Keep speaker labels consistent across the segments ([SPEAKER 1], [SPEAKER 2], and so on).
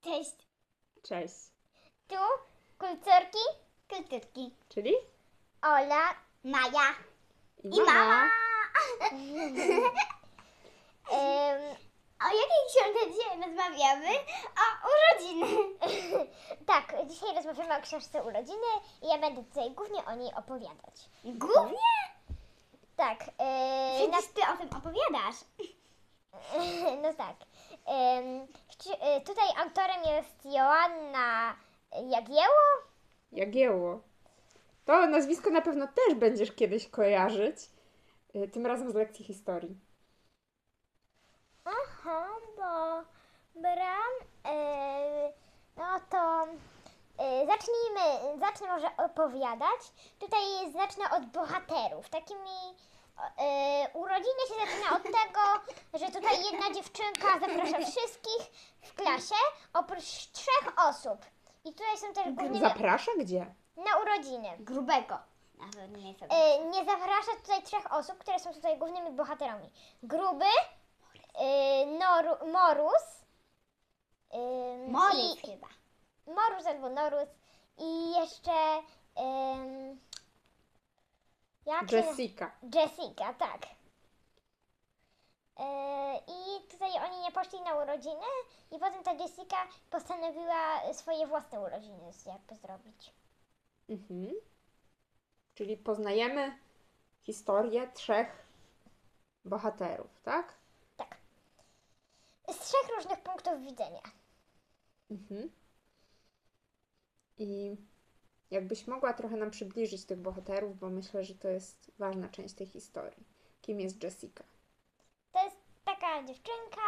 [SPEAKER 1] Cześć.
[SPEAKER 2] Cześć.
[SPEAKER 1] Tu kulturki, kulturki.
[SPEAKER 2] Czyli?
[SPEAKER 1] Ola, Maja
[SPEAKER 2] I
[SPEAKER 1] i mama. Em, o jakiej książce dzisiaj rozmawiamy? O urodziny. tak, dzisiaj rozmawiamy o książce urodziny i ja będę tutaj głównie o niej opowiadać.
[SPEAKER 3] Głównie?
[SPEAKER 1] Tak, e, na
[SPEAKER 3] Przecież ty o tym opowiadasz.
[SPEAKER 1] No tak. Em, chci- y, tutaj autorem jest Joanna Jagieło.
[SPEAKER 2] Jagiełło. To nazwisko na pewno też będziesz kiedyś kojarzyć. y, Tym razem z lekcji historii.
[SPEAKER 1] Aha, dobra. E, no to e, zacznijmy, zacznę może opowiadać. Tutaj zacznę od bohaterów. Takimi o, e, urodziny się zaczyna od tego, że tutaj jedna dziewczynka zaprasza wszystkich w klasie, oprócz trzech osób. I tutaj są też głównie na,
[SPEAKER 2] Zaprasza gdzie?
[SPEAKER 1] na urodziny.
[SPEAKER 3] Grubego. Na pewno nie jest sobie.
[SPEAKER 1] E, nie zaprasza tutaj trzech osób, które są tutaj głównymi bohaterami. Gruby, e, Noru, Morus, em,
[SPEAKER 3] Morys
[SPEAKER 1] i,
[SPEAKER 3] chyba.
[SPEAKER 1] Morus albo Norus i jeszcze em, jak się-
[SPEAKER 2] Jessica.
[SPEAKER 1] Jessica, tak. E, I tutaj oni nie poszli na urodziny i potem ta Jessica postanowiła swoje własne urodziny jakby zrobić.
[SPEAKER 2] Mhm. Czyli poznajemy historię trzech bohaterów, tak?
[SPEAKER 1] Tak. Z trzech różnych punktów widzenia.
[SPEAKER 2] Mhm. I jakbyś mogła trochę nam przybliżyć tych bohaterów, bo myślę, że to jest ważna część tej historii. Kim jest Jessica?
[SPEAKER 1] To jest taka dziewczynka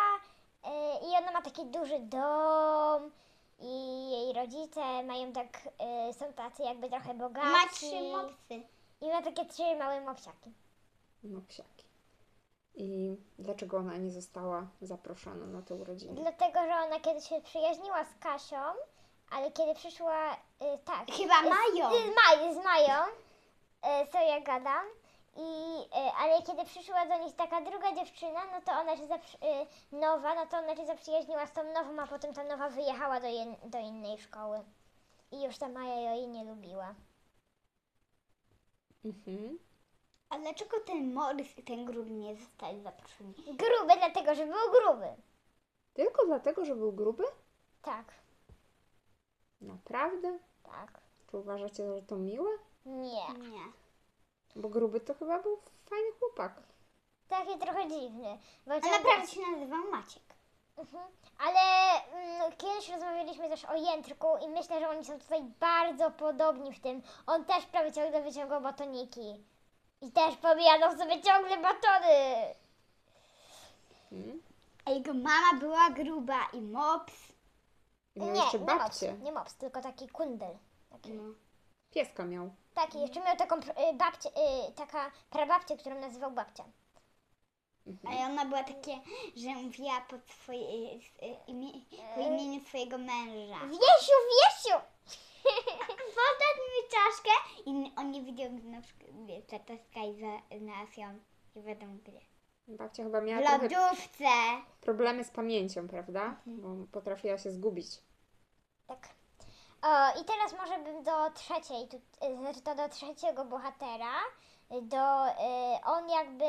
[SPEAKER 1] y, i ona ma taki duży dom i jej rodzice mają tak, y, są tacy jakby trochę bogaci.
[SPEAKER 3] Ma trzy mopsy.
[SPEAKER 1] I ma takie trzy małe moksiaki.
[SPEAKER 2] No psiaki. I dlaczego ona nie została zaproszona na tę urodzinę?
[SPEAKER 1] Dlatego, że ona kiedyś się przyjaźniła z Kasią, ale kiedy przyszła, y, tak.
[SPEAKER 3] Chyba mają.
[SPEAKER 1] Z, Maj, z Mają, y, co ja gadam. I, y, ale kiedy przyszła do nich taka druga dziewczyna, no to ona się zaprzy, y, nowa, no to ona się zaprzyjaźniła z tą nową, a potem ta nowa wyjechała do, jen, do innej szkoły. I już ta Maja jej nie lubiła.
[SPEAKER 2] Mhm.
[SPEAKER 3] A dlaczego ten Morys i ten Gruby nie zostali zaproszeni?
[SPEAKER 1] Gruby, dlatego że był gruby.
[SPEAKER 2] Tylko dlatego, że był gruby?
[SPEAKER 1] Tak,
[SPEAKER 2] Naprawdę?
[SPEAKER 1] tak.
[SPEAKER 2] Czy uważacie, że to miłe?
[SPEAKER 1] Nie.
[SPEAKER 3] Nie.
[SPEAKER 2] Bo gruby to chyba był fajny chłopak.
[SPEAKER 1] Taki trochę dziwny. Bo
[SPEAKER 3] A
[SPEAKER 1] ciągle-
[SPEAKER 3] naprawdę się nazywał Maciek.
[SPEAKER 1] Mhm. Ale mm, kiedyś rozmawialiśmy też o jędrku i myślę, że oni są tutaj bardzo podobni w tym. On też prawie ciągle wyciągał batoniki. I też pomijadą sobie ciągle batony.
[SPEAKER 2] Mhm.
[SPEAKER 3] A jego mama była gruba i mops.
[SPEAKER 2] I miał jeszcze babcię.
[SPEAKER 1] mops, nie no mops, tylko taki kundel. Taki,
[SPEAKER 3] No.
[SPEAKER 2] Pieska miał.
[SPEAKER 1] taki jeszcze miał taką pr- y, babcię, y, taka prababcię, którą nazywał babcia.
[SPEAKER 3] A ona była takie, że mówiła pod swoje, s- y, imie, po imieniu swojego męża.
[SPEAKER 1] Wiesiu, Wiesiu!
[SPEAKER 3] Podać mi czaszkę i on nie widział, gdy na przykład wie, ta czaszka i znalazł ją i wiadomo gdzie.
[SPEAKER 2] Babcia chyba
[SPEAKER 3] W
[SPEAKER 2] miała trochę
[SPEAKER 3] lodówce.
[SPEAKER 2] problemy z pamięcią, prawda?
[SPEAKER 1] Mhm.
[SPEAKER 2] Bo potrafiła się zgubić.
[SPEAKER 1] Tak. O, I teraz może bym do trzeciej, tu, y, znaczy to do trzeciego bohatera, y, do, y, on jakby,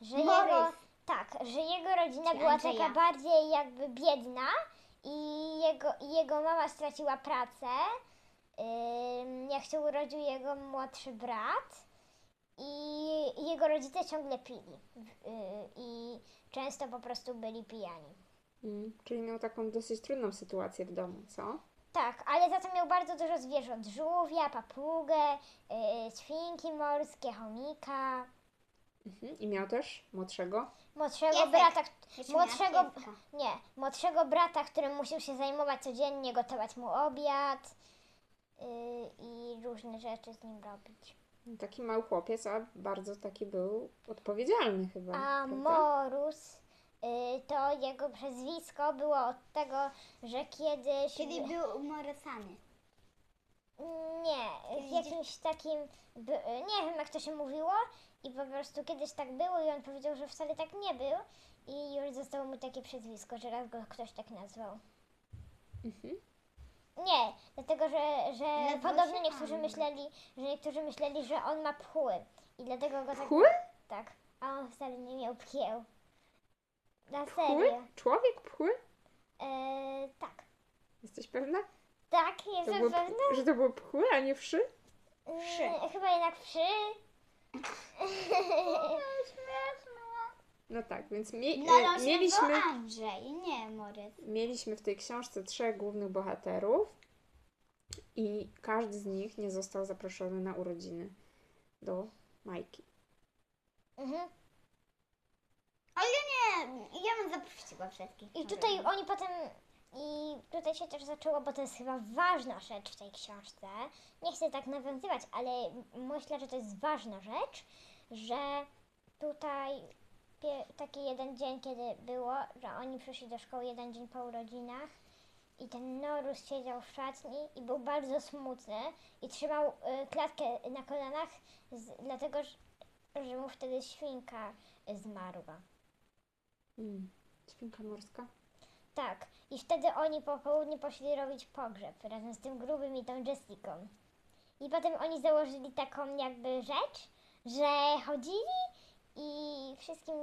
[SPEAKER 1] że
[SPEAKER 3] Borys.
[SPEAKER 1] jego, tak, że jego rodzina
[SPEAKER 3] Czy
[SPEAKER 1] była
[SPEAKER 3] Andrzeja.
[SPEAKER 1] taka bardziej jakby biedna i jego, i jego mama straciła pracę, ym, jak się urodził jego młodszy brat i jego rodzice ciągle pili w- y, i często po prostu byli pijani.
[SPEAKER 2] Mm. Czyli miał taką dosyć trudną sytuację w domu, co?
[SPEAKER 1] Tak, ale za to miał bardzo dużo zwierząt. Żółwia, papugę, yy, świnki morskie, chomika,
[SPEAKER 2] Mhm. I miał też młodszego.
[SPEAKER 1] młodszego
[SPEAKER 3] Piesek.
[SPEAKER 1] brata,
[SPEAKER 3] Jeszcze miała
[SPEAKER 1] młodszego,
[SPEAKER 3] pieska.
[SPEAKER 1] nie, młodszego brata, którym musiał się zajmować codziennie, gotować mu obiad yy, i różne rzeczy z nim robić.
[SPEAKER 2] Taki mały chłopiec, a bardzo taki był odpowiedzialny chyba.
[SPEAKER 1] A
[SPEAKER 2] prawda?
[SPEAKER 1] Morus, yy, to jego przezwisko było od tego, że kiedyś...
[SPEAKER 3] Czyli był umorosany.
[SPEAKER 1] Nie, w jakimś takim. b- Nie wiem, jak to się mówiło, i po prostu kiedyś tak było, i on powiedział, że wcale tak nie był, i już zostało mu takie przezwisko, że raz go ktoś tak nazwał.
[SPEAKER 2] Mhm.
[SPEAKER 1] Nie, dlatego że,
[SPEAKER 2] No
[SPEAKER 1] że
[SPEAKER 3] Ledwo
[SPEAKER 1] podobno
[SPEAKER 3] się
[SPEAKER 1] niektórzy
[SPEAKER 3] ani.
[SPEAKER 1] myśleli, że niektórzy myśleli, że on ma pchły i dlatego go tak...
[SPEAKER 2] Pchły?
[SPEAKER 1] Tak, a on wcale nie miał pchieł. Na
[SPEAKER 2] Pchły?
[SPEAKER 1] serio.
[SPEAKER 2] Człowiek pchły?
[SPEAKER 1] E, tak.
[SPEAKER 2] Jesteś pewna?
[SPEAKER 1] Tak, jestem
[SPEAKER 2] było,
[SPEAKER 1] pewna.
[SPEAKER 2] że to było pchły, a nie wszy?
[SPEAKER 3] przy.
[SPEAKER 1] Mm, Chyba jednak przy.
[SPEAKER 2] No tak, więc mie-
[SPEAKER 3] No,
[SPEAKER 2] e,
[SPEAKER 3] się
[SPEAKER 2] mieliśmy...
[SPEAKER 3] mieliśmy... Andrzej, nie Moritz.
[SPEAKER 2] mieliśmy w tej książce trzech głównych bohaterów i każdy z nich nie został zaproszony na urodziny do Majki.
[SPEAKER 1] Mhm.
[SPEAKER 3] Nie, ja bym zaprosiła wszystkich.
[SPEAKER 1] I tutaj oni potem. I tutaj się też zaczęło, bo to jest chyba ważna rzecz w tej książce. Nie chcę tak nawiązywać, ale myślę, że to jest ważna rzecz, że tutaj pie- taki jeden dzień, kiedy było, że oni przyszli do szkoły jeden dzień po urodzinach i ten Norus siedział w szatni i był bardzo smutny i trzymał y, klatkę na kolanach, z, dlatego że, że mu wtedy świnka y, zmarła.
[SPEAKER 2] Mm. Świnka morska.
[SPEAKER 1] Tak. I wtedy oni po południu poszli robić pogrzeb razem z tym grubym i tą Jessicą. I potem oni założyli taką jakby rzecz, że chodzili i wszystkim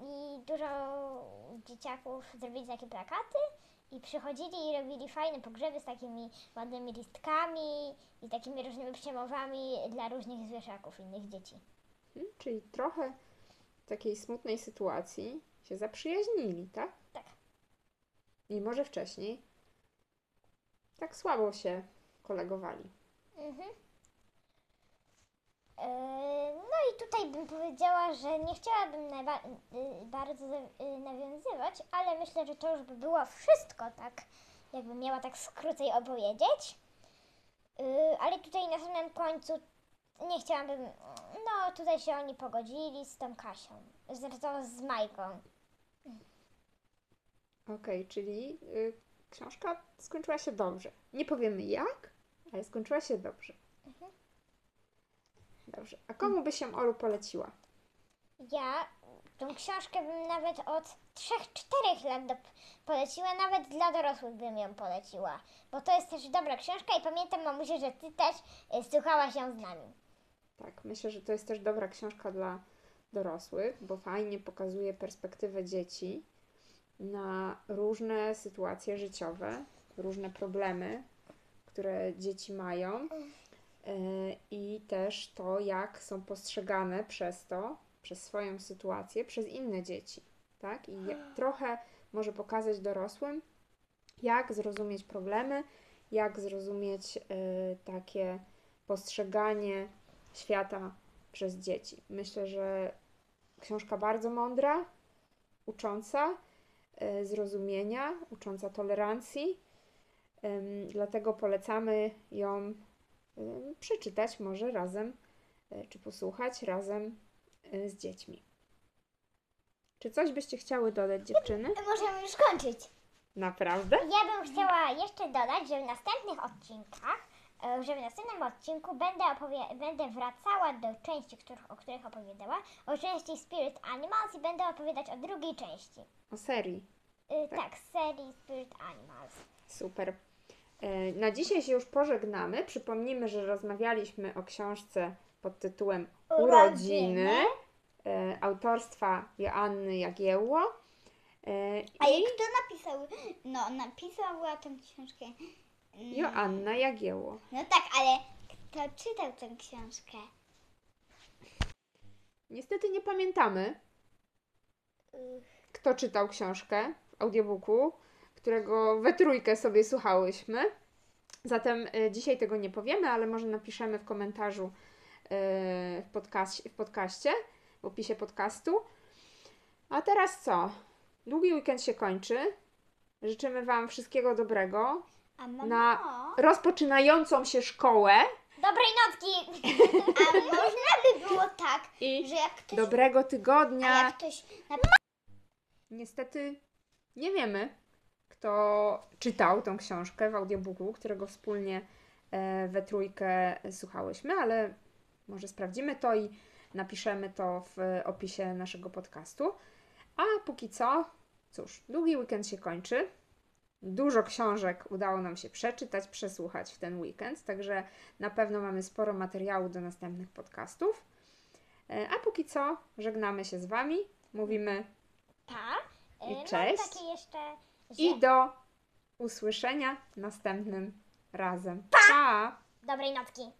[SPEAKER 1] i dużo dzieciaków zrobili takie plakaty i przychodzili i robili fajne pogrzeby z takimi ładnymi listkami i takimi różnymi przemowami dla różnych zwierzaków innych dzieci.
[SPEAKER 2] Mm, Czyli trochę w takiej smutnej sytuacji się zaprzyjaźnili, tak?
[SPEAKER 1] Tak.
[SPEAKER 2] Mimo, że wcześniej tak słabo się kolegowali.
[SPEAKER 1] Mhm. Yy, No i tutaj bym powiedziała, że nie chciałabym najba- yy, bardzo za- yy, nawiązywać, ale myślę, że to już by było wszystko, tak jakbym miała tak skrócej opowiedzieć. Yy, Ale tutaj na samym końcu nie chciałabym, no tutaj się oni pogodzili z tą Kasią, zresztą z Majką.
[SPEAKER 2] Okej, czyli y, książka skończyła się dobrze. Nie powiemy jak, ale skończyła się dobrze. Dobrze. A komu by się Olu poleciła?
[SPEAKER 1] Ja tą książkę bym nawet od 3-4 lat do, poleciła, nawet dla dorosłych bym ją poleciła, bo to jest też dobra książka i pamiętam mamusiu, że ty też y, słuchałaś ją z nami.
[SPEAKER 2] Tak, myślę, że to jest też dobra książka dla dorosłych, bo fajnie pokazuje perspektywę dzieci na różne sytuacje życiowe, różne problemy, które dzieci mają e, i też to, jak są postrzegane przez to, przez swoją sytuację, przez inne dzieci. Tak? I ja- trochę może pokazać dorosłym, jak zrozumieć problemy, jak zrozumieć e, takie postrzeganie świata przez dzieci. Myślę, że książka bardzo mądra, ucząca e, zrozumienia, ucząca tolerancji. Em, Dlatego polecamy ją em, przeczytać może razem, e, czy posłuchać razem e, z dziećmi. Czy coś byście chciały dodać, dziewczyny?
[SPEAKER 3] Możemy już kończyć.
[SPEAKER 2] Naprawdę?
[SPEAKER 1] Ja bym chciała jeszcze dodać, że w następnych odcinkach, e, że w następnym odcinku będę, opowie- będę wracała do części, których, o których opowiadała, o części Spirit Animals i będę opowiadać o drugiej części.
[SPEAKER 2] O serii.
[SPEAKER 1] Y, tak, z serii Spirit Animals.
[SPEAKER 2] Super. E, Na dzisiaj się już pożegnamy. Przypomnijmy, że rozmawialiśmy o książce pod tytułem Urodziny e, autorstwa Joanny Jagiełło. E,
[SPEAKER 3] A
[SPEAKER 2] I
[SPEAKER 3] jak kto napisał? No, napisała tę książkę. mm,
[SPEAKER 2] Joanna Jagiełło.
[SPEAKER 3] No tak, ale kto czytał tę książkę?
[SPEAKER 2] Niestety nie pamiętamy, kto czytał książkę w audiobooku, którego we trójkę sobie słuchałyśmy. Zatem e, dzisiaj tego nie powiemy, ale może napiszemy w komentarzu e, w, podcaś- w podcaście, w opisie podcastu. A teraz co? Długi weekend się kończy. Życzymy Wam wszystkiego dobrego.
[SPEAKER 3] A mamo,
[SPEAKER 2] Na- Rozpoczynającą się szkołę
[SPEAKER 1] Dobrej nocki!
[SPEAKER 3] a można by było tak,
[SPEAKER 2] i
[SPEAKER 3] że jak ktoś,
[SPEAKER 2] dobrego
[SPEAKER 3] a
[SPEAKER 2] tygodnia.
[SPEAKER 3] jak ktoś napisał,
[SPEAKER 2] Niestety nie wiemy, kto czytał tą książkę w audiobooku, którego wspólnie e, we trójkę słuchałyśmy, ale może sprawdzimy to i napiszemy to w e, opisie naszego podcastu. A póki co, cóż, długi weekend się kończy. Dużo książek udało nam się przeczytać, przesłuchać w ten weekend, także na pewno mamy sporo materiału do następnych podcastów. E, A póki co żegnamy się z Wami, mówimy
[SPEAKER 1] Pa.
[SPEAKER 2] I
[SPEAKER 1] Y, no,
[SPEAKER 2] cześć.
[SPEAKER 1] Takie jeszcze, że...
[SPEAKER 2] i do usłyszenia następnym razem. Pa!
[SPEAKER 1] Dobrej nocki.